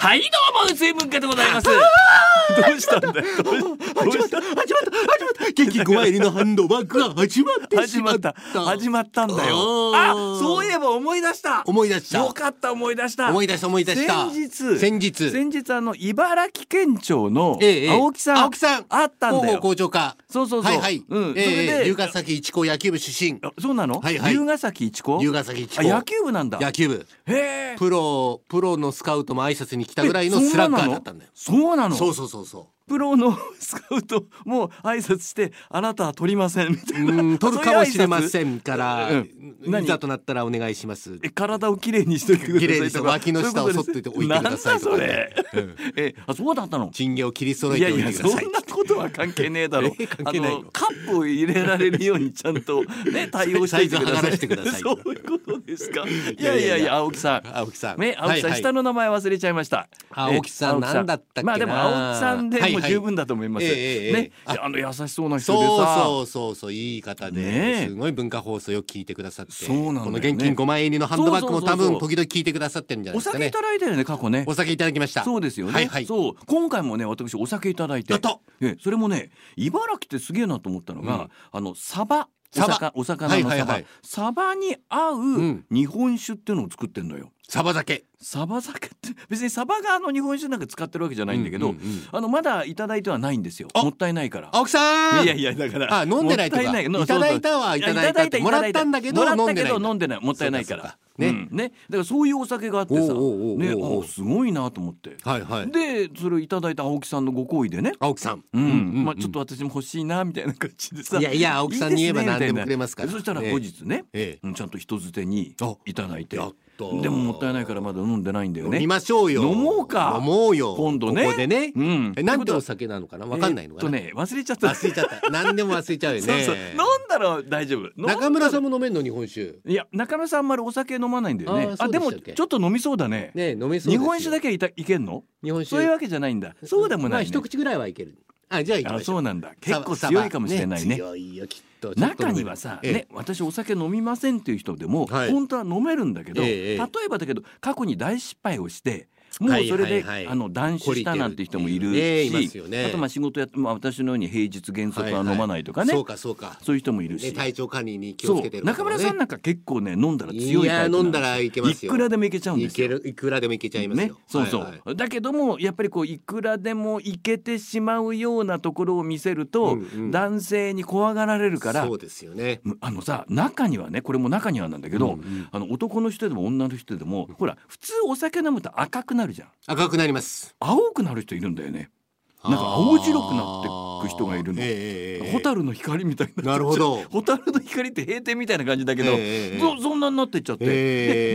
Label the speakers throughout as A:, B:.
A: はい、どうも、うつい文化でございます。
B: どうしたんだよどうどうした
C: 始まった始まった激5枚入りのハンドバッグが始まって
B: 始
C: し
B: ま
C: ま
B: っ
C: ったた
B: 始まったんだよ
A: あ
B: あ、
A: そういえば思い出した。
C: 思い出した
A: よかった、思い出した。
C: 思い出した思い出した
B: 先日
C: 先日
B: 先日あの茨城県庁の
C: ええええ
B: 青木さん
C: 青木さん
B: あったんだ
C: 広報
B: よ
C: 校長課
B: そうそうそう
C: はいはい
B: うん
C: え
B: それ
C: え
B: で
C: 龍ヶ崎一高野球部出身
B: あそうなの
C: はいはい
B: 龍ヶ崎一高
C: 龍ヶ崎一
B: あ
C: 高
B: 野球部なんだ
C: 野球部
B: へえ
C: プロプロのスカウトも挨拶に来たぐらいのスラッガーだったんだよ
B: そうなの
C: そうそうそ うそ
B: プロのスカウトも挨拶してあなたは取りませんみた
C: う
B: いな
C: うん取るかもしれま
B: ん
C: せんから
B: うん何
C: いざとなったらお願いします
B: え体をきれいにしといてくださいとか
C: きれいにして脇の下を剃っといておいてくださいと
B: な
C: か
B: んだ
C: ね
B: それ、えあそうだったの
C: チンゲを切り揃え
B: いや
C: てお
B: い
C: いて
B: やそ
C: ください
B: んなことは関係ねえだろ
C: え関係ないの
B: あのカップを入れられるようにちゃんとね対応していてくださ
C: サ
B: い
C: イズ剥がしてくださ い
B: そういうことですかい
C: い
B: や
C: や
B: い
C: いやいや
B: やいや青木さん
C: 青木さん
B: ね、青木さん、
C: はいはい
B: 下の名前忘れちゃいました。
C: 青木さん
B: え
C: なんだったっけな
B: まあでも青木さんで
C: はい
B: も
C: は
B: う
C: い
B: 十分だと思います。
C: ええええ
B: ね、
C: あ
B: あの優しそうな人でさ、
C: そうそうそうそういい方で、
B: ねえ
C: すごい文化放送よく聞いてくださって
B: そうなんだよね
C: この現金5万円入りのハンドバッグ
B: そ
C: も
B: うそ
C: 多
B: うそうそう
C: 分時々聞いてくださってるんじゃない
B: お
C: ですか
B: 酒い
C: ね
B: ただいたよね過去ね。
C: お酒いただきました
B: そうですよね。
C: はいはい
B: そう今回もね私お酒いただいて
C: やった、
B: ええそれもね茨城ってすげえなと思ったのが、
C: うん
B: あのサバ。お
C: サバ
B: 魚お魚のサバ、
C: はいはいはい
B: サバに合うん日本酒っていうのを作ってんのよ、
C: サバ酒
B: サバ酒って 別にサバがあの日本酒なんか使ってるわけじゃないんだけど、
C: うんうんうん
B: あのまだいただいてはないんですよ
C: あ
B: もったいないから
C: 青木さん
B: いやいやだから
C: あ飲んでないとか
B: もったいない
C: いただいたはい
B: や
C: ただいたって
B: だ
C: もらったんだけど
B: もらった
C: 飲んでない
B: 飲んでないもったいないから
C: そうか
B: ね,、
C: そううか
B: ん、
C: ね
B: ねだからそういうお酒があってさ
C: おうおうおうおう
B: ねあすごいなと思って、
C: はいはい
B: でそれをいただいた青木さんのご好意でね
C: 青木さん、
B: うんまあ、ちょっと私も欲しいなみたいな感じでさ
C: いやいや青木さんに言えば
B: いいですね
C: 何で
B: みた
C: も
B: いな
C: くれますから
B: そしたら後日ね、
C: ええ
B: うんちゃんと人づてに
C: あ
B: いただいて
C: やったー
B: でももったいないからまだ飲んでないんだよ
C: 飲
B: ね
C: みましょうよ
B: 飲もうか
C: 飲もうよ
B: 今度ね
C: ここでね、
B: うん
C: えなんてお酒なのかなわかんないのかな、
B: えっとね忘れちゃった
C: 忘れちゃった何でも忘れちゃうよね
B: そうそう飲んだら大丈夫飲んだら
C: 中村さんも飲めんの日本酒
B: いや中村さんあんまりお酒飲まないんだよね
C: あー
B: あ
C: そう
B: で
C: でし
B: も
C: たっけ
B: ちょっと飲みそうだね
C: ね飲めそうです
B: 日
C: よ
B: 本酒だけはいたいけんの
C: 日本酒
B: そういうわけじゃないんだそうでも
C: ま
B: な
C: あ
B: い、ね
C: 一口ぐらいはいけるあじゃあ行き
B: あ
C: ましょ
B: そううなんだ結構強いかもしれないね
C: サバ強いよきっと
B: 中にはさ、
C: ええ
B: ね、私お酒飲みませんっていう人でも、
C: はい
B: 本当は飲めるんだけど、
C: ええええ
B: 例えばだけど過去に大失敗をしてもう
C: はい
B: それで、
C: はいはい
B: あの断酒したなんて人もいる
C: 懲りてるって
B: し
C: いうねいますよね
B: あとまあ仕事やって、まあ、私のように平日原則
C: はい
B: は
C: はい
B: 飲まないとかね、
C: そうかそうか
B: そういう人もいるし、
C: ね体調管理に気を
B: そ
C: つけて
B: う
C: る方
B: 中
C: もね
B: 村さんなんか結構ね飲んだら強いタイプ
C: いや飲んだらいけますよ
B: いくらでもいけちゃうんで
C: い
B: すよ
C: けるいくらでもいけちゃいますよ、
B: ね、そうそう、
C: はいはい
B: だけどもやっぱりこういくらでもいけてしまうようなところを見せると、
C: うんうん
B: 男性に怖がられるから
C: そうですよね
B: むあのさ中にはねこれも中にはなんだけど、あの男の人でも女の人でもほら普通お酒飲むと赤くなるじゃん
C: 赤くなります
B: 青くなる人いるんだよねなんか青白くなってく人がいるの
C: あーええええ
B: 蛍の光みたいにな
C: なるほど
B: 蛍の光って閉店みたいな感じだけど、
C: ええええ
B: そそんなになってっちゃって、
C: え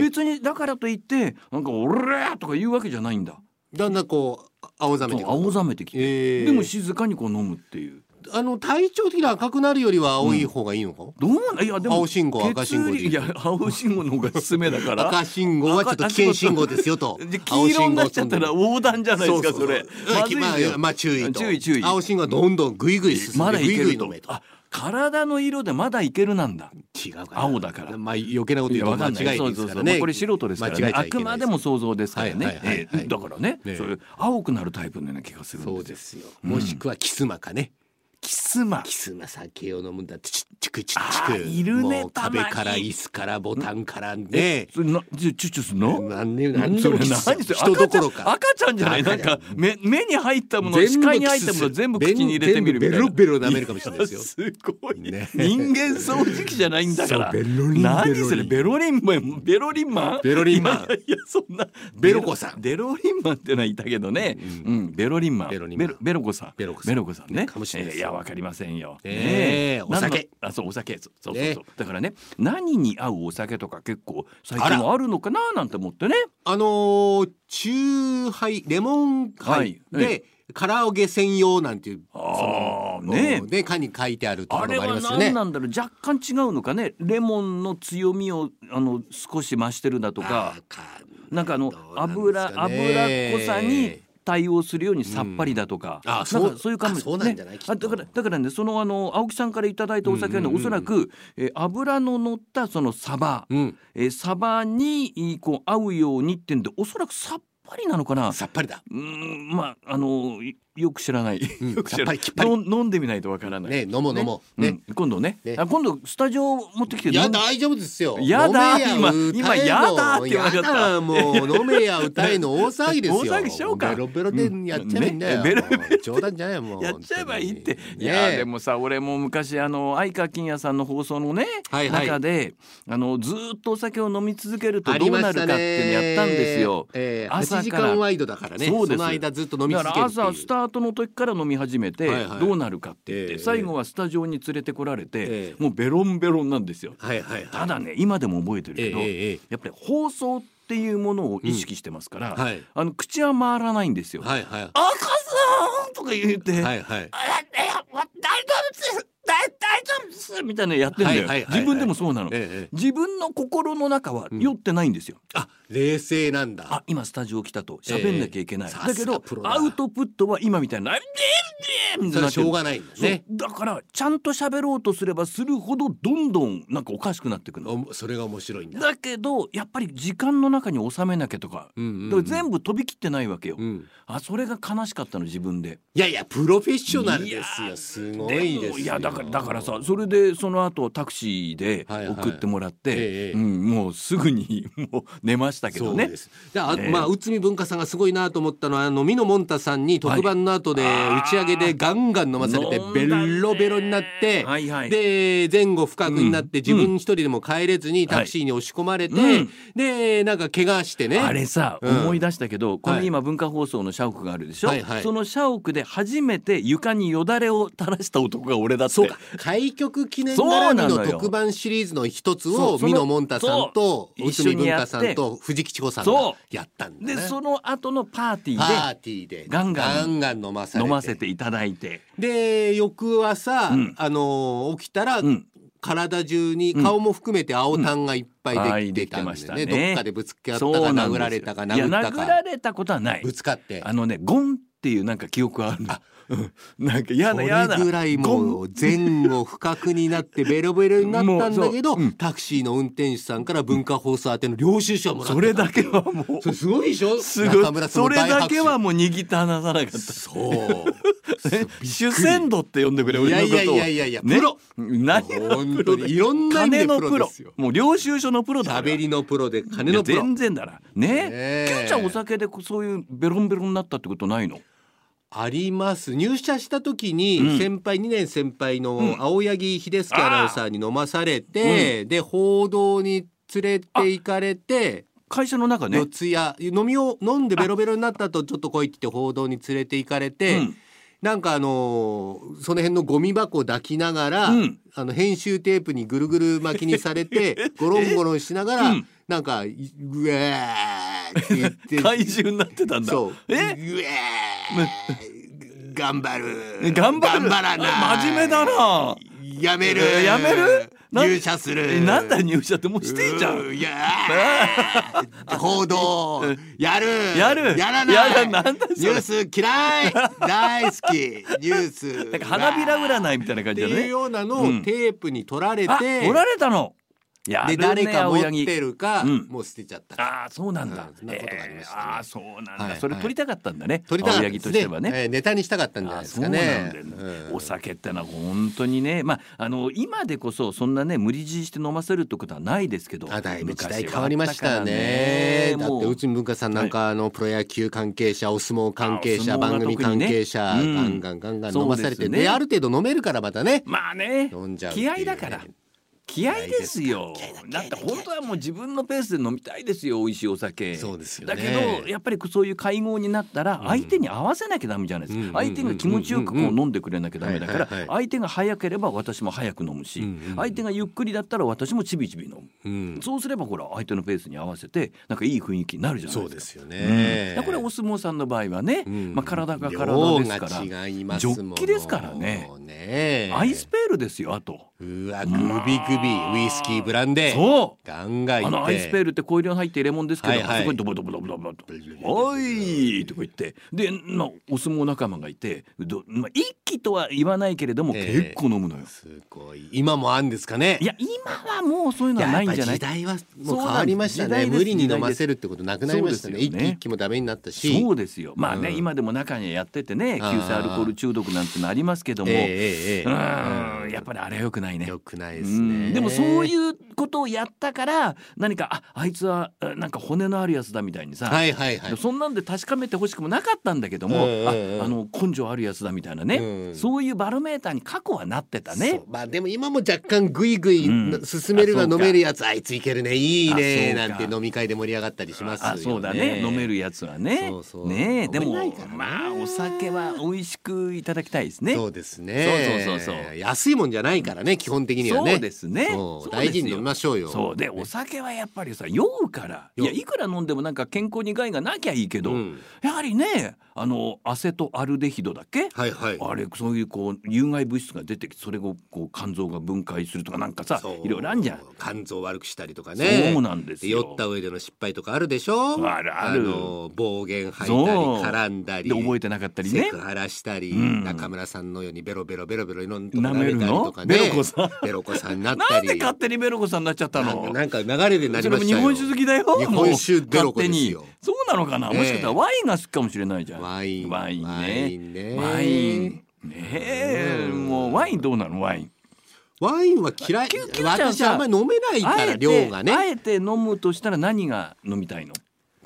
C: え
B: で別にだからといってなんか「おら!」とか言うわけじゃないんだ
C: だんだんこう青ざめてくる
B: 青ざめてきて、
C: ええ
B: でも静かにこう飲むっていう
C: あの体調的に赤くなるよりは青い方がいいのか、
B: どうないやでも
C: 青信号
B: 血流
C: 赤信号でいい
B: いや青信号の方が勧めだから
C: 赤信号はちょっと危険信号ですよと
B: で黄色になっちゃったら横断じゃないですかそれまずい
C: ま
B: ですよ
C: あ、まあ注意と
B: 注意注意
C: 青信号はどんどんぐいぐい進
B: ま
C: ん
B: だ
C: で
B: い
C: ぐい
B: け
C: ぐ
B: る
C: い
B: と
C: 飲めと
B: あ体の色でまだいけるなんだ
C: 違うかな
B: 青だから
C: まあ余計なこと言うと間違いです
B: そうそう
C: か
B: そ
C: ら
B: う、まあ
C: ね
B: これ素人ですから
C: 間
B: ね
C: 違えちゃ
B: あ
C: いけ
B: く
C: ない
B: までも想像ですからね、
C: はいはいはいはい
B: ええだからね
C: ねえ
B: そういう青くなるタイプのような気がするん
C: そう
B: ですよ
C: ですよもしくはキスマかね、
B: キスマ
C: キスマ酒を飲むんだってチッチクチッチ
B: あ
C: ク
B: ーいるね
C: もう壁
B: たまに
C: から椅子からボタンからね
B: それなちゅちゅちゅすんの
C: 何で何でもキス
B: それ何それ
C: 人どころか
B: 赤ちゃん赤ちゃんじゃないなんか目目に入ったもの視界に入ったもの全部口に入れてみるみたいな
C: 全部ベロベロ舐めるかもしれないですよ
B: や すごい、
C: ね
B: 人間掃除機じゃないんだから
C: そうベロリン
B: 何
C: ベロリン
B: それベロリンマンベロリンマン
C: ベロリンマン
B: いやいやそんな
C: ベロコさん
B: ベロリンマンってのはいたけどね、うんベロリンマン
C: ベロリンマン
B: ベロコさん
C: ベロコさん
B: ベロコさんね
C: かもしれないで
B: え
C: す
B: ーいやわかりませんよ
C: ねえ
B: 何の
C: お酒
B: あそうお酒そうそうそう
C: ね
B: そうだからね何に合うお酒とか結構最近はあるのかななんて思ってね
C: あのー、チューハイレモンハイ
B: はい
C: で、
B: え
C: カラオケ専用なんていう
B: あー
C: その
B: ね
C: で缶に書いてあるとこ
B: あ
C: ろ
B: れ
C: もあり
B: は
C: ますよね
B: 何なんだろう若干違うのかねレモンの強みをあの少し増してるだとかなんかあの油油っこさに対応するようにさっぱりだとか、
C: うんあ
B: なん
C: そう
B: かそういう感じ
C: あそうなんじゃないきっと
B: あだからだからねそのあの青木さんからいただいたお酒はね、
C: うんうんうん
B: おそらく、えー油の乗ったそのサバ、
C: うん
B: えーサバにいいこう合うようにってんでおそらくさっぱりなのかな。
C: さっ ぱりだ。
B: うーんまああのいよく知らない。
C: うん
B: よく知
C: さっ
B: ら
C: ぱ
B: な
C: り
B: い
C: きっぱり
B: 飲ん飲んでみないとわからない。
C: ね飲もう飲もう。ね。
B: うん今度ね
C: ね
B: あ今度スタジオ持ってきて
C: いや
B: 飲んで
C: 大丈夫ですよ。
B: やだ
C: 飲めや
B: 今今
C: 歌えの
B: やだって言わなかった
C: やだもう飲めや歌えの大騒ぎです よ。
B: 大騒ぎしちゃおうか
C: ベロベロでやっちゃえばいいんだよ。
B: うんねベロベロ
C: 冗談じゃないよもう。
B: やっちゃえばいいって、
C: 本当に
B: いや
C: ね
B: でもさ俺も昔あの相川金也さんの放送のね、
C: はいはい
B: 中であのずーっとお酒を飲み続けるとどうなるかっていうのやったんですよ。
C: ありましたねええ
B: 朝から
C: 8時間ワイドだからね。
B: そうです
C: の間ずっと飲み
B: だ
C: 続
B: か
C: ける
B: ら
C: っていう。
B: 朝スタートの時から飲み始めて
C: はいはい
B: どうなるかって言って、
C: ええ
B: 最後はスタジオに連れてこられて、
C: ええ
B: もうベロンベロンなんですよ。
C: はいはいはい。
B: ただね今でも覚えてる
C: え
B: け
C: え
B: ど、
C: ええ
B: やっぱり放送っていうものを意識してますから、
C: うんはい
B: あの口は回らないんですよ。
C: はいはい
B: 赤さんとか言って、
C: はい
B: あ
C: はい。
B: いやま大丈夫です大大丈夫ですみたいなのやってんだよ、
C: はいはいはいはい
B: 自分でもそうなの、
C: ええ
B: 自分の心の中は
C: ん
B: 酔ってないんですよ、
C: あ冷静なんだ。
B: あ今スタジオ来たと喋んなきゃいけない、
C: ええ
B: だけ
C: さすが
B: ど
C: プロだ
B: アウトプットは今みたいな「あれでんでん」みたいなっ
C: それはして
B: る
C: ょうがないんだ
B: そう
C: ね。
B: だからちゃんと喋ろうとすればするほどどんどんなんかおかしくなってくの
C: おそれが面白いんだ。
B: だけどやっぱり時間の中に収めなきゃとか,、
C: うんうんうん
B: だから全部飛び切ってないわけよ、
C: うん
B: あそれが悲しかったの自分で
C: いやいやプロフェッショナルですよ。すごいです
B: で
C: よ。
B: もいやだからだからさそれでその後タクシーで
C: はいはい
B: 送ってもらって、
C: え
B: う
C: え
B: ん、もうすぐに もう寝ましたけど
C: そう
B: ね
C: です。で、あ、
B: ね
C: まあ内海文化さんがすごいなと思ったのはあの美濃もんたさんに特番の後で
B: はい
C: 打ち上げでガンガン飲まされて
B: 飲んだ
C: ベ
B: ね
C: ロベロになって、
B: はいはい
C: で前後不覚になって
B: うん
C: 自分一人でも帰れずに
B: ん
C: タクシーに押し込まれて、
B: はいうん
C: でなんか怪我してね。
B: あれさ、
C: うん
B: 思い出したけどこ
C: は
B: の
C: い
B: 今文化放送の社屋があるでしょ、
C: はいはい
B: その社屋で初めて床によだれを垂らした男が俺だって
C: そうか開局記念絡み
B: そう
C: の
B: なのよ
C: 特番シリーズの一つ
B: そ
C: を
B: うその
C: 美濃もんたさんと
B: そう
C: 内海文化さ
B: 一緒にや
C: ん
B: って
C: と藤木千子さん
B: そう
C: がやったんだ
B: で
C: ね。
B: その後のパーティ
C: パ
B: ー
C: ーティーで
B: ガンガン
C: ガン飲まさ
B: で
C: れて
B: 飲ませていただいて、
C: で翌朝、
B: うん
C: あのー起きたら、
B: うん、
C: 体中に
B: うん
C: 顔も含めて青タンがいっぱいできてたん
B: うん
C: で
B: はいできてま
C: ね
B: したね
C: どっかでぶつけ合ったか
B: そうなんです
C: 殴
B: よ
C: られたか
B: いや
C: 殴った
B: 殴ら
C: か
B: れたことはない
C: ぶつかって
B: あのねゴンっていうなんか記憶はあるの
C: あ
B: うんなんか嫌
C: そ
B: な
C: れ
B: 嫌な
C: ぐらいもう前後不覚になってベロベロになったんだけ
B: も
C: ど、
B: うそううん
C: タクシーの運転手さんから文化放送宛ての領収書をもらった
B: それだけはもう
C: それすごいでしょ
B: すご
C: 中
B: い
C: 村さん
B: そ
C: も
B: れ
C: 大拍手
B: だけはもう握って離さなかった
C: そう
B: ね主戦度って呼んでくれ
C: い
B: 俺の
C: や
B: こと
C: い
B: を
C: やいやいやいや、
B: ね
C: プロ
B: 何
C: 本当にいろんな意
B: 金
C: 味で
B: の
C: プ
B: プ
C: ロで
B: ロ
C: すよ
B: もう領収書のプロだから
C: 喋りのプロで金のプ
B: いや
C: ロ
B: 全然だな
C: ね
B: ね
C: え
B: キュンちゃんお酒でこうそういうベロンベロンになったってことないの
C: あります入社した時に
B: うん
C: 先輩、2年先輩の青柳秀介アナウンサーに飲まされて、で報道に連れて行かれて、
B: 会社の中ね
C: 四ツ谷飲みを飲んでベロベロになったとちょっと来いって言って報道に連れて行かれて、
B: うん
C: なんかあのーその辺のゴミ箱抱きながら、
B: うん
C: あの編集テープにぐるぐる巻きにされ てゴロンゴロンしながら、
B: うん
C: なんか「うえー」って言って
B: 怪獣になってたんだ
C: そう。
B: え
C: うえー 頑張る。
B: 頑張る
C: らな。
B: 真面目だな。
C: やめる。
B: やめるな
C: 入社する。
B: えなんだ入社ってもうしてんじゃん
C: うーいや ー報道やる
B: やる
C: やらない
B: やらなんだそ
C: ニ
B: れ
C: ュー ス嫌い大好きニュース
B: なんか花びら占いみたいな
C: っ
B: 感
C: て
B: じだ
C: いう
B: ね
C: ようなのを
B: うん
C: テープに取られ
B: あ
C: て、
B: おられたのやるね
C: で誰か持
B: 青
C: っ
B: 柳
C: てるか、
B: うん
C: もう捨てちゃった
B: ああそうなんだ
C: う。んそんなことがありました
B: え
C: ね
B: ーああそうなんだ。
C: はい
B: それ取りたかったんだね。
C: 取りたか
B: 青
C: った
B: 柳
C: で
B: と
C: す
B: し
C: ね
B: てはね。
C: えーネタにしたかったんじゃ
B: ああ
C: ないです
B: そうな
C: か
B: んだよ
C: ね
B: ね、
C: うん
B: お酒ってのは本当にね、まああの今でこそそんなね無理強いして飲ませるってことはないですけど、
C: あだいぶ時代
B: 昔は
C: 変わりました
B: あたからも
C: ねだって
B: う
C: 内海文化さんなんかあのプロ野球関係者お相撲関係者
B: あお相撲
C: 番
B: が
C: 組
B: 特に
C: 関
B: ね
C: 係者ガ
B: うん
C: ンガンガンガン飲まされ
B: そ
C: て
B: うですね
C: である程度飲めるからまたね
B: まあね
C: 飲んじゃうっていう
B: 気
C: ね
B: 合だから気合ですよ
C: 気合だ気合だ
B: だって本当はもう自分のペースで飲みたいですよ美味しいお酒
C: そうですよね
B: だけどやっぱりそういう会合になったら相手に合わせなきゃダメじゃないですか、
C: うん
B: 相手が気持ちよくこう飲んでくれなきゃダメだから、
C: はいはいはい
B: 相手が早ければ私も早く飲むし、
C: うんうん
B: 相手がゆっくりだったら私もちびちび飲む、
C: うん
B: そうすればほら相手のペースに合わせてなんかいい雰囲気になるじゃないですか
C: そうですよ
B: うん
C: ね
B: だからこれお相撲さんの場合はね、
C: うん
B: まあ、体が体
C: 量
B: ですから
C: が違います
B: ジ
C: も
B: ョ
C: ん
B: ッキですからね
C: もうね
B: アイスペールですよあと。
C: うわグビグビウイスキーブランデー
B: そう
C: ガンガンいって
B: あのアイスペールって小量に入ってレモンですけど、
C: はいはい
B: あそこにドボドボドボドボと「おい!」とか言ってで、まあ、お相撲仲間がいてど、まあ、一気きとは言わないけれども、
C: ええ
B: 結構飲むのよ
C: すごい今もあんですかね
B: いや今はもうそういうのはないんじゃない
C: やっぱ時代はもう変わりました
B: そうなん
C: ね
B: です
C: 無理に飲ませるってことなくなりましたね
B: そうです
C: 一
B: よ
C: 気
B: ね
C: 一気もダメになったし
B: そうですよまあね、
C: うん
B: 今でも中にはやっててね急
C: あー
B: 性アルコール中毒なんてのありますけども、
C: えええええ
B: う
C: え
B: ーんやっぱりあれは良くないね
C: 良くないで
B: う
C: すね
B: んでもそういううことをやったから何かああいつはあなんか骨のあるやつだみたいにさ、
C: はいはいはい
B: そんなんで確かめてほしくもなかったんだけども、
C: うんうんうん
B: ああの根性あるやつだみたいなね、
C: うん
B: そういうバロメーターに過去はなってた
C: そ
B: ね
C: う。まあでも今も若干グイグイ
B: うん
C: 進める
B: あ
C: が
B: そう
C: 飲
B: か
C: めるやつあいついけるねいいね
B: あそう
C: なん
B: か
C: て飲み会で盛り上がったりしますよね
B: あそうだね飲めるやつはね
C: そうそう
B: ねえで
C: 飲
B: も
C: めないからね
B: まあお酒は美味しくいただきたいですね
C: そうですね
B: そうそうそうそう
C: 安いもんじゃないからね基本的にはね
B: そうですね
C: そう
B: そうですよ
C: 大事に飲みましょうよ
B: そうでお酒はやっぱりさ酔うからい
C: 酔う
B: やいくら飲んでもなんか健康に害がなきゃいいけど、
C: うん
B: やはりねあのアセトアルデヒドだっけ、
C: はいはい
B: あれそういうこう有害物質が出てきてそれをこう肝臓が分解するとかなんかさ
C: そう
B: いろいろあるじゃん。
C: 肝臓悪くしたりとかね
B: そうなんですよ
C: 酔った上での失敗とかあるでしょ
B: あるある
C: の暴言吐いたり
B: そう
C: 絡んだり
B: で覚えてなかったり
C: セ
B: ね
C: ク。ハラしたり、
B: ん
C: 中村さんのようにベロベロベロベロいろんなとこ
B: 舐める
C: 舐めたりと
B: の
C: かね
B: ベロコさん
C: ベロコさんになっ
B: な
C: た
B: ん
C: り
B: で勝手にベロコさんになっちゃったの
C: なんかなんか流れでなり
B: それ
C: ま
B: も
C: し
B: 日
C: たよ
B: 本酒好きだよ
C: 日本酒ベロコですよ
B: もう勝手にそうなのかな、もしかしたらワインが好きかもしれないじゃん
C: ワイン
B: ワインね
C: ワインね
B: ワインねえ
C: うん
B: もうワインどうなのワイン
C: ワインは嫌い
B: キュキュちゃんさ
C: 私あんまり飲めない
B: あ
C: から
B: えて
C: 量が
B: あ
C: ね
B: えて飲むとしたら何が飲みたいの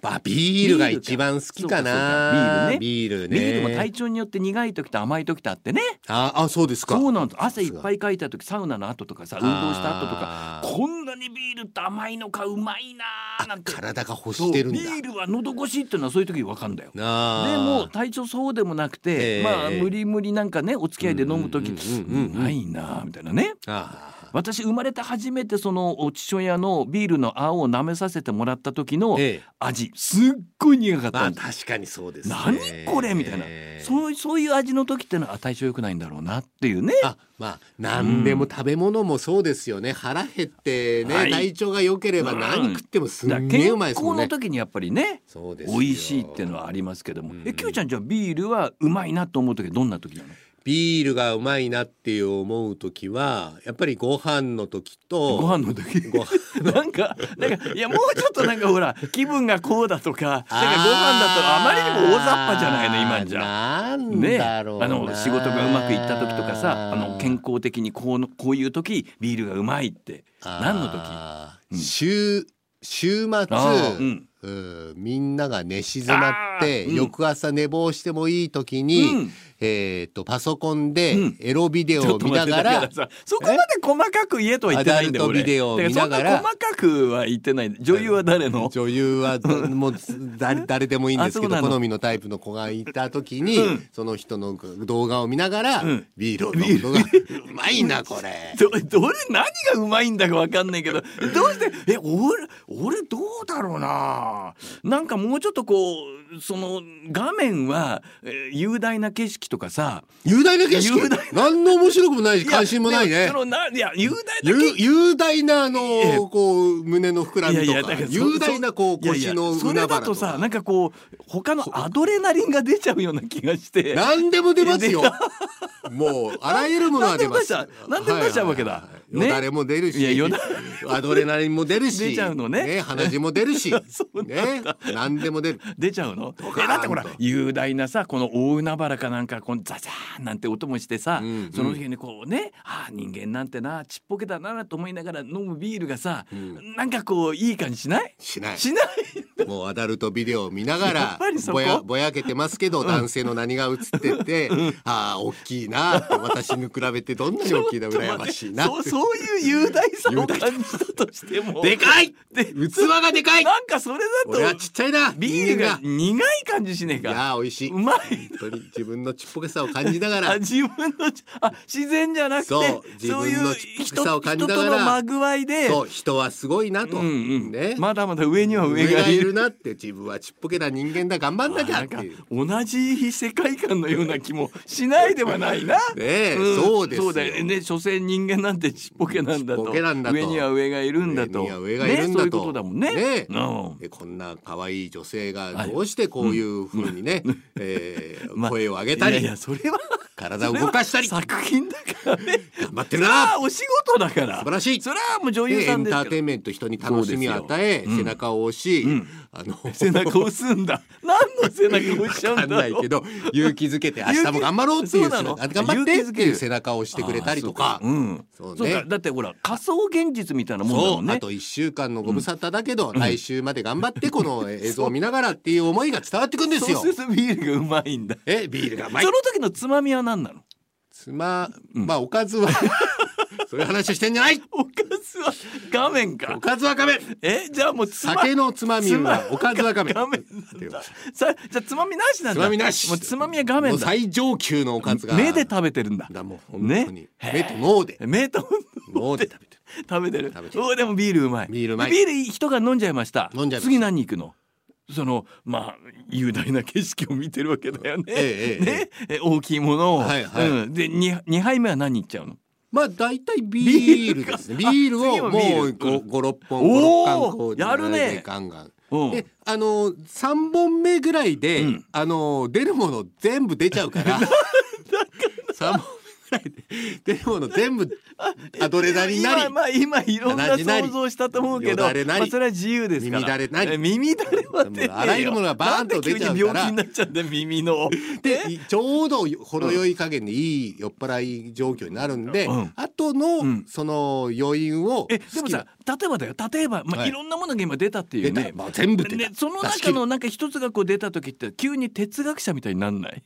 C: まあビールが一番好きかな
B: ビ
C: ビールね
B: ビールも体調によって苦い時と甘い時とあってね
C: ああそうですか
B: そうなんです汗いっぱいかいた時サウナの後とかさ運動した後とか
C: あー
B: こんなにビールって甘いのかうまいなーなんて
C: 体が欲してるんだ
B: そうビールは喉越しっていうのはそういう時わかんだよ
C: なあ
B: でも体調そうでもなくて、
C: ええ
B: まあ無理無理なんかねお付き合いで飲む時
C: うんうんうんうんうん
B: ないなあみたいなね
C: あ
B: 私生まれて初めてそのお父親のビールの青を舐めさせてもらった時の
C: ええ
B: 味すっごい苦かっ
C: ま
B: た
C: あ
B: んです、
C: 確かにそうですね
B: 何これみたいな、そうそういう味の時ってのはあ体調良くないんだろうなっていうね
C: あまあ何でも食べ物もそうですよね、腹減ってね、
B: はい
C: 体調が良ければ
B: うん
C: 何食ってもす
B: だから
C: んげえ
B: 健
C: うまいです
B: 康
C: もん
B: の
C: ね
B: 時にやっぱりね
C: そうです
B: 美
C: よ
B: 味しいっていうのはありますけども、
C: うん
B: えきゅうちゃんじゃあビールはうまいなと思う時どんな時なの
C: ビールがうまいなって思う時はやっぱりご飯の時と
B: ご飯の 時
C: ご飯
B: なんかなんかいやもうちょっとなんかほら 気分がこうだとかなんかご飯だとあまりにも大雑把じゃないの今じゃ。
C: ゃなん
B: ね、
C: だ
B: あ
C: ろうな
B: の仕事がうまくいった時とかさあの健康的にこうのこういう時ビールがうまいって何の時
C: 時、週週末
B: ーうん
C: うんみんなが寝静まって、
B: あーうん
C: 翌朝寝坊してもいい時に、
B: うん
C: えっ、とパソコンで
B: うん
C: エロビデオを見ながら、
B: ちょっと待ってだからさそこまで細かく言えとは言ってないんだよ
C: アダ
B: 俺
C: ルトビデオを見なが
B: だから
C: ら
B: そんな細かくは言ってない女優は誰の
C: 女優 はもう誰誰でもいいんですけ
B: あ
C: ど
B: そうなの
C: 好みのタイプの子がいた時に、
B: うん
C: その人の動画を見ながら、
B: ん
C: ビールを飲むの がうまいなこれ。
B: ど どれ何がうまいんだかわかんないけどどうしてえ俺俺どうだろうななんかもうちょっとこうその画面は、えー雄大な景色とかさ
C: 雄大な景色
B: 雄大
C: 何の面白くもないし
B: いや
C: 関心もない
B: で
C: ね
B: そ。のないや雄大な景
C: ゆ雄大なあ
B: え
C: のこう胸の膨らみとか
B: からそ
C: 雄大なこう
B: いやいや
C: 腰の
B: そ
C: 海
B: れ
C: 原
B: だ
C: と
B: と
C: か
B: さ。なんかこう他のアドレナリンが出ちゃうような気がして
C: 何でも出ますよ。もうあらゆるものは出ます。
B: 何でも出ちゃう何でも出ちゃうわけだ
C: はいはい
B: ね
C: よだれも出るし、
B: いやよだ
C: アドレナリンも出るし、
B: 出ちゃうのね
C: 鼻血も出るし、
B: そう
C: ね、何でも出る。
B: 出ちゃうの
C: カーン
B: えだってほら
C: と
B: 雄大なさこの大海原かなんかこのザザーンなんて音もしてさ、
C: うんうん
B: その時にこうねああ人間なんてなちっぽけだなと思いながら飲むビールがさ、
C: ん
B: なんかこういい感じしない
C: しない。
B: しない
C: もうアダルトビデオを見なが
B: や
C: ら
B: っぱりそこ
C: ぼやぼやけてますけど男性の何が映ってて、ああ大きいなって私に比べてどんなに大きいな羨ましいな。
B: そうそういう雄大さを感じたとしても
C: でかい
B: で
C: 器がでかい
B: なんかそれ
C: 俺
B: だ
C: は
B: と
C: ちっちゃいな
B: ビールが
C: 人
B: 苦い感じしねえ
C: 間がい
B: か
C: やー美味しいう
B: まい
C: 本当に自分のちっぽけさを感じなが
B: あ
C: ら
B: 自分のちあ自然じゃなくて
C: そう
B: そうい
C: 自分の
B: う
C: ちっぽけさ
B: 人
C: を感
B: 人
C: じなが
B: と
C: ら
B: のまぐわいで
C: そう人はすごいなと、
B: うんうん
C: ね、
B: まだまだ上には上
C: 上
B: が
C: が
B: い
C: い
B: る
C: るなって自分はちっぽけな人間だ頑張んなきゃ
B: な
C: っ
B: ん
C: て
B: か
C: いう。
B: 同じ世界観のような気もしないではないな。
C: ねえ、
B: うん
C: そうですよ
B: そうだよね。所詮人間なんてちっぽけなんだ
C: ちっ
B: と。
C: ぽけなんだと
B: 上には上がいるんだと。
C: 上には上がいるんだ
B: ねそ
C: と
B: ういうことだもんね。
C: ねえ
B: うん
C: でこんな可愛い女性がどうしてこういう風にね、えー
B: まあ
C: 声を上げたり、
B: いやいやそれは
C: 体を動かしたり頑
B: 作品だからね
C: 張ってる
B: それは
C: な
B: お仕事だから
C: 素晴らしい
B: それはもう女優
C: でエ
B: さん
C: ン
B: です
C: タ
B: か
C: ー
B: ら
C: テインメント人に楽しみを与
B: そうで
C: え、
B: すようん
C: 背中を押し、
B: ん
C: あの
B: 背中を押すんだ何の背中を押しちゃ
C: わ
B: う
C: か
B: ん
C: んな
B: だ
C: い
B: ろ
C: け
B: う
C: ど勇気づ けて明日も頑張ろうっていう
B: そうなの
C: あ頑張ってっ
B: 勇気づ
C: て
B: け
C: いう
B: る
C: 背中を押してくれたりとか
B: あーうん
C: そうね
B: そうかだってほら仮想現実みたいなもんだ
C: そ
B: も
C: うんあ
B: ね
C: と1週間のご無沙汰だけど、来週まで頑張って この映像を見ながらっていう思いが伝わってくんですよ
B: そうするとビールがうまいんだ
C: えビールがうまい
B: その時のつまみは何なの
C: つま、まあおかずは そういう話してんじゃない
B: おかずは画面か
C: おかずは亀
B: えじゃあもうつま
C: 酒のつまみは
B: つま
C: おかずは亀
B: 画面なんださじゃあつまみなしなん
C: つ
B: だ
C: まみなし
B: もうつまみは画
C: も
B: 面
C: う
B: だ
C: 最上級のおかずが
B: 目で食べてるんだ
C: だもう本当に、目と脳で
B: 目と
C: 脳で食べてる
B: 食べてる
C: 食べてる
B: おおでもビールうまい
C: ビールうまい
B: ビール人が飲んじゃいました
C: 飲んじゃいました
B: 次何行くのそのまあ雄大な景色を見てるわけだよね、
C: えええ
B: ね
C: え
B: え大きいものを、
C: はいはい
B: うん、で 2, 二杯目は何行っちゃうの
C: まあ大体ビールですねビ
B: あ
C: ール
B: 次
C: を
B: は
C: も
B: ビ
C: う
B: ール
C: 56本
B: おー
C: 56缶こう
B: やるね
C: ガンガン
B: うん
C: であの3本目ぐらいで、
B: うん
C: あの出るもの全部出ちゃ うから3本目ぐらいで出るもの全部アドレナリンなり
B: 今,、まあ、今いろんな
C: 鼻血なり
B: 想像したと思うけど
C: よだれなり
B: まあ、それは自由ですから
C: 耳だれなり
B: え耳だれは出ねえよ
C: もうあらゆるものがバーンと出ちゃうから
B: なんで急に病気になっちゃうんだよ耳の
C: でちょうど程よい加減でいい酔っ払い状況になるんで、
B: うん
C: 後の、
B: ん
C: その余韻を
B: えでもさ例えばだよ例えば、まあ
C: はい
B: い、ろんなものが今出たっていう
C: 出
B: ね
C: たまあ全部出た
B: ねその
C: 出し切
B: 中
C: る
B: のなんか一つがこう出た時って急に哲学者みたいになん ない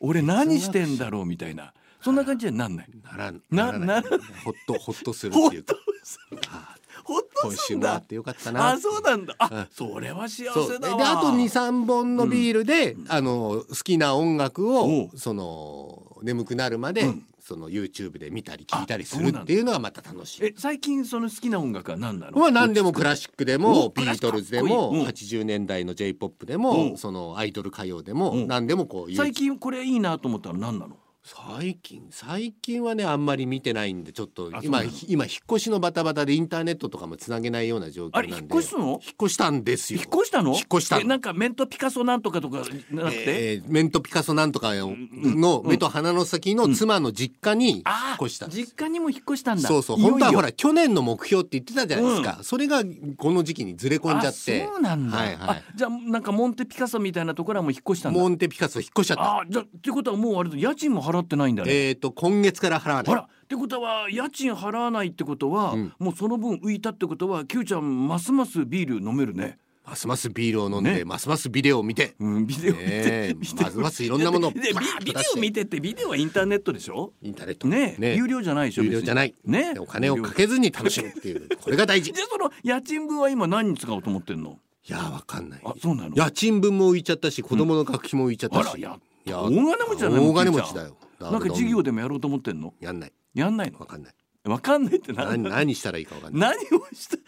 B: 俺何してんだろうみたいなそんな感じになんない
C: ならん
B: な
C: ならない
B: なら
C: ほっとほっとする
B: ほ
C: っ
B: って
C: いう
B: と
C: か
B: す
C: あ
B: ほっ
C: ー
B: と
C: 今
B: す
C: 週
B: ん
C: もあ
B: だ
C: ってよかったな
B: あそうなんだ
C: うん
B: あそれは幸
C: そう
B: せ
C: で
B: だ
C: で
B: わ
C: あと23本のビールで、あの好きな音楽
B: お
C: を
B: う
C: その眠くなるまで、その YouTube で見たり聞いたりす
B: あそうな
C: る
B: んだ
C: っていうのはまた楽しい。
B: え最近その好きな音楽は何なの
C: まあ何でもクラシックでも
B: お
C: ビ
B: クラシ
C: ー
B: ックかっこ
C: トル
B: いい
C: ズでも
B: うん
C: 80年代の J−POP で
B: う
C: も
B: ん
C: そのアイドル歌謡でも
B: うん
C: 何でもこういう
B: 最近これいいなと思ったの何なの
C: 最近最近はねあんまり見てないんでちょっと
B: あそう
C: 今
B: なの
C: 今引っ越しのバタバタでインターネットとかもつなげないような状況な
B: あ
C: ん
B: れ
C: で
B: 引っ越すの
C: 引っ越したんですよ
B: 引っ越したの
C: 引っ越したの
B: えなんかメントピカソなんとかとかなくて、
C: えーメントピカソなんとかの目と鼻の先の妻の実家に引っ
B: ああ
C: 越したんです。
B: 実家にも引っ越したんだ
C: そうそう
B: いよいよ
C: 本当はほら去年の目標って言ってたじゃないですか、それがこの時期にずれ込んじゃって
B: あそうなんだ、
C: はいはい
B: あじゃあなんかモンテピカソみたいなところはもう引っ越したんだ
C: モンテピカソ引っ越しちゃった
B: あじゃあってことはもうあれだ家賃も払ってないんだね、
C: えっ、と今月から払わ
B: ほ
C: ない
B: らってことは家賃払わないってことは、
C: うん
B: もうその分浮いたってことはキューちゃんますますビール飲めるね、
C: ますますビールを飲んで、
B: ね
C: ますますビデオを見て、
B: うん、ビデオ見て,、
C: ねえ
B: 見て
C: ますますいろんなものを
B: でビ
C: バーッと
B: ビデ
C: 出して
B: オ見てってビデオはインターネットでしょ
C: インターネット
B: ねえ有料じゃないでしょ
C: 有料じゃない、
B: 別にね
C: お金をかけずに楽しむっていうこれが大事い
B: じゃあその家賃分は今何に使おうと思ってんの
C: やーわかんない
B: あそうなの
C: 家賃分も浮いちゃったし子供の学費も浮いちゃった
B: あ
C: し、
B: らや
C: いや
B: 大金持ちじゃない
C: 大金持ちだよ
B: なんか事業でもやろうと思ってんの
C: やんない
B: やんないの
C: わかんない
B: わかんないってな
C: 何何したらいいかわかんない
B: 何をした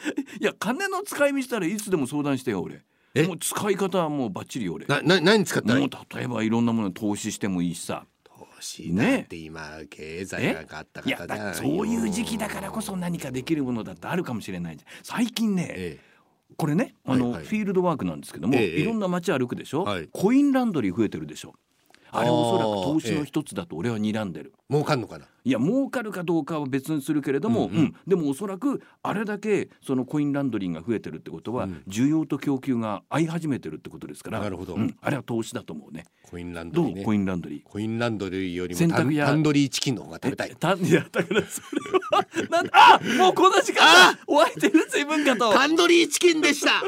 B: いや金の使い道したらいつでも相談してよ俺
C: え
B: もう使い方はもうバッチリよ俺も
C: なな何使ったらいうい
B: 例えばいろんなものに投資してもいいしさ
C: 投資だって今経済が
B: え
C: ガった
B: い
C: ガ
B: や
C: タじゃ
B: だ
C: ん
B: そういう時期だからこそ何かできるものだってあるかもしれないじゃん最近ね、
C: ええ
B: これねあの、
C: はいはい
B: フィールドワークなんですけども、
C: ええ
B: いろんな街歩くでしょ、
C: はい
B: コインランドリー増えてるでしょあれおそら
C: あー
B: く投資の一つだと俺は睨んでる、
C: 儲かんのかない
B: や儲かるかどうかは別にするけれども、
C: うん
B: うん
C: うん
B: でもおそらくあれだけそのコインランドリーが増えてるってことは、
C: うん
B: 需要と供給が合い始めてるってことですから
C: なるほど
B: うんあれは投資だと思うね
C: コインランド
B: ど
C: リ
B: う、
C: ーね
B: コインランドリー
C: コインランドリーよりも
B: 洗
C: タ
B: 濯
C: ン
B: 屋
C: タンドリーチキンの方が食べたい
B: えたいやだからそれはなんあもうこんな時間だお相手の水分かと
C: タンドリーチキンでした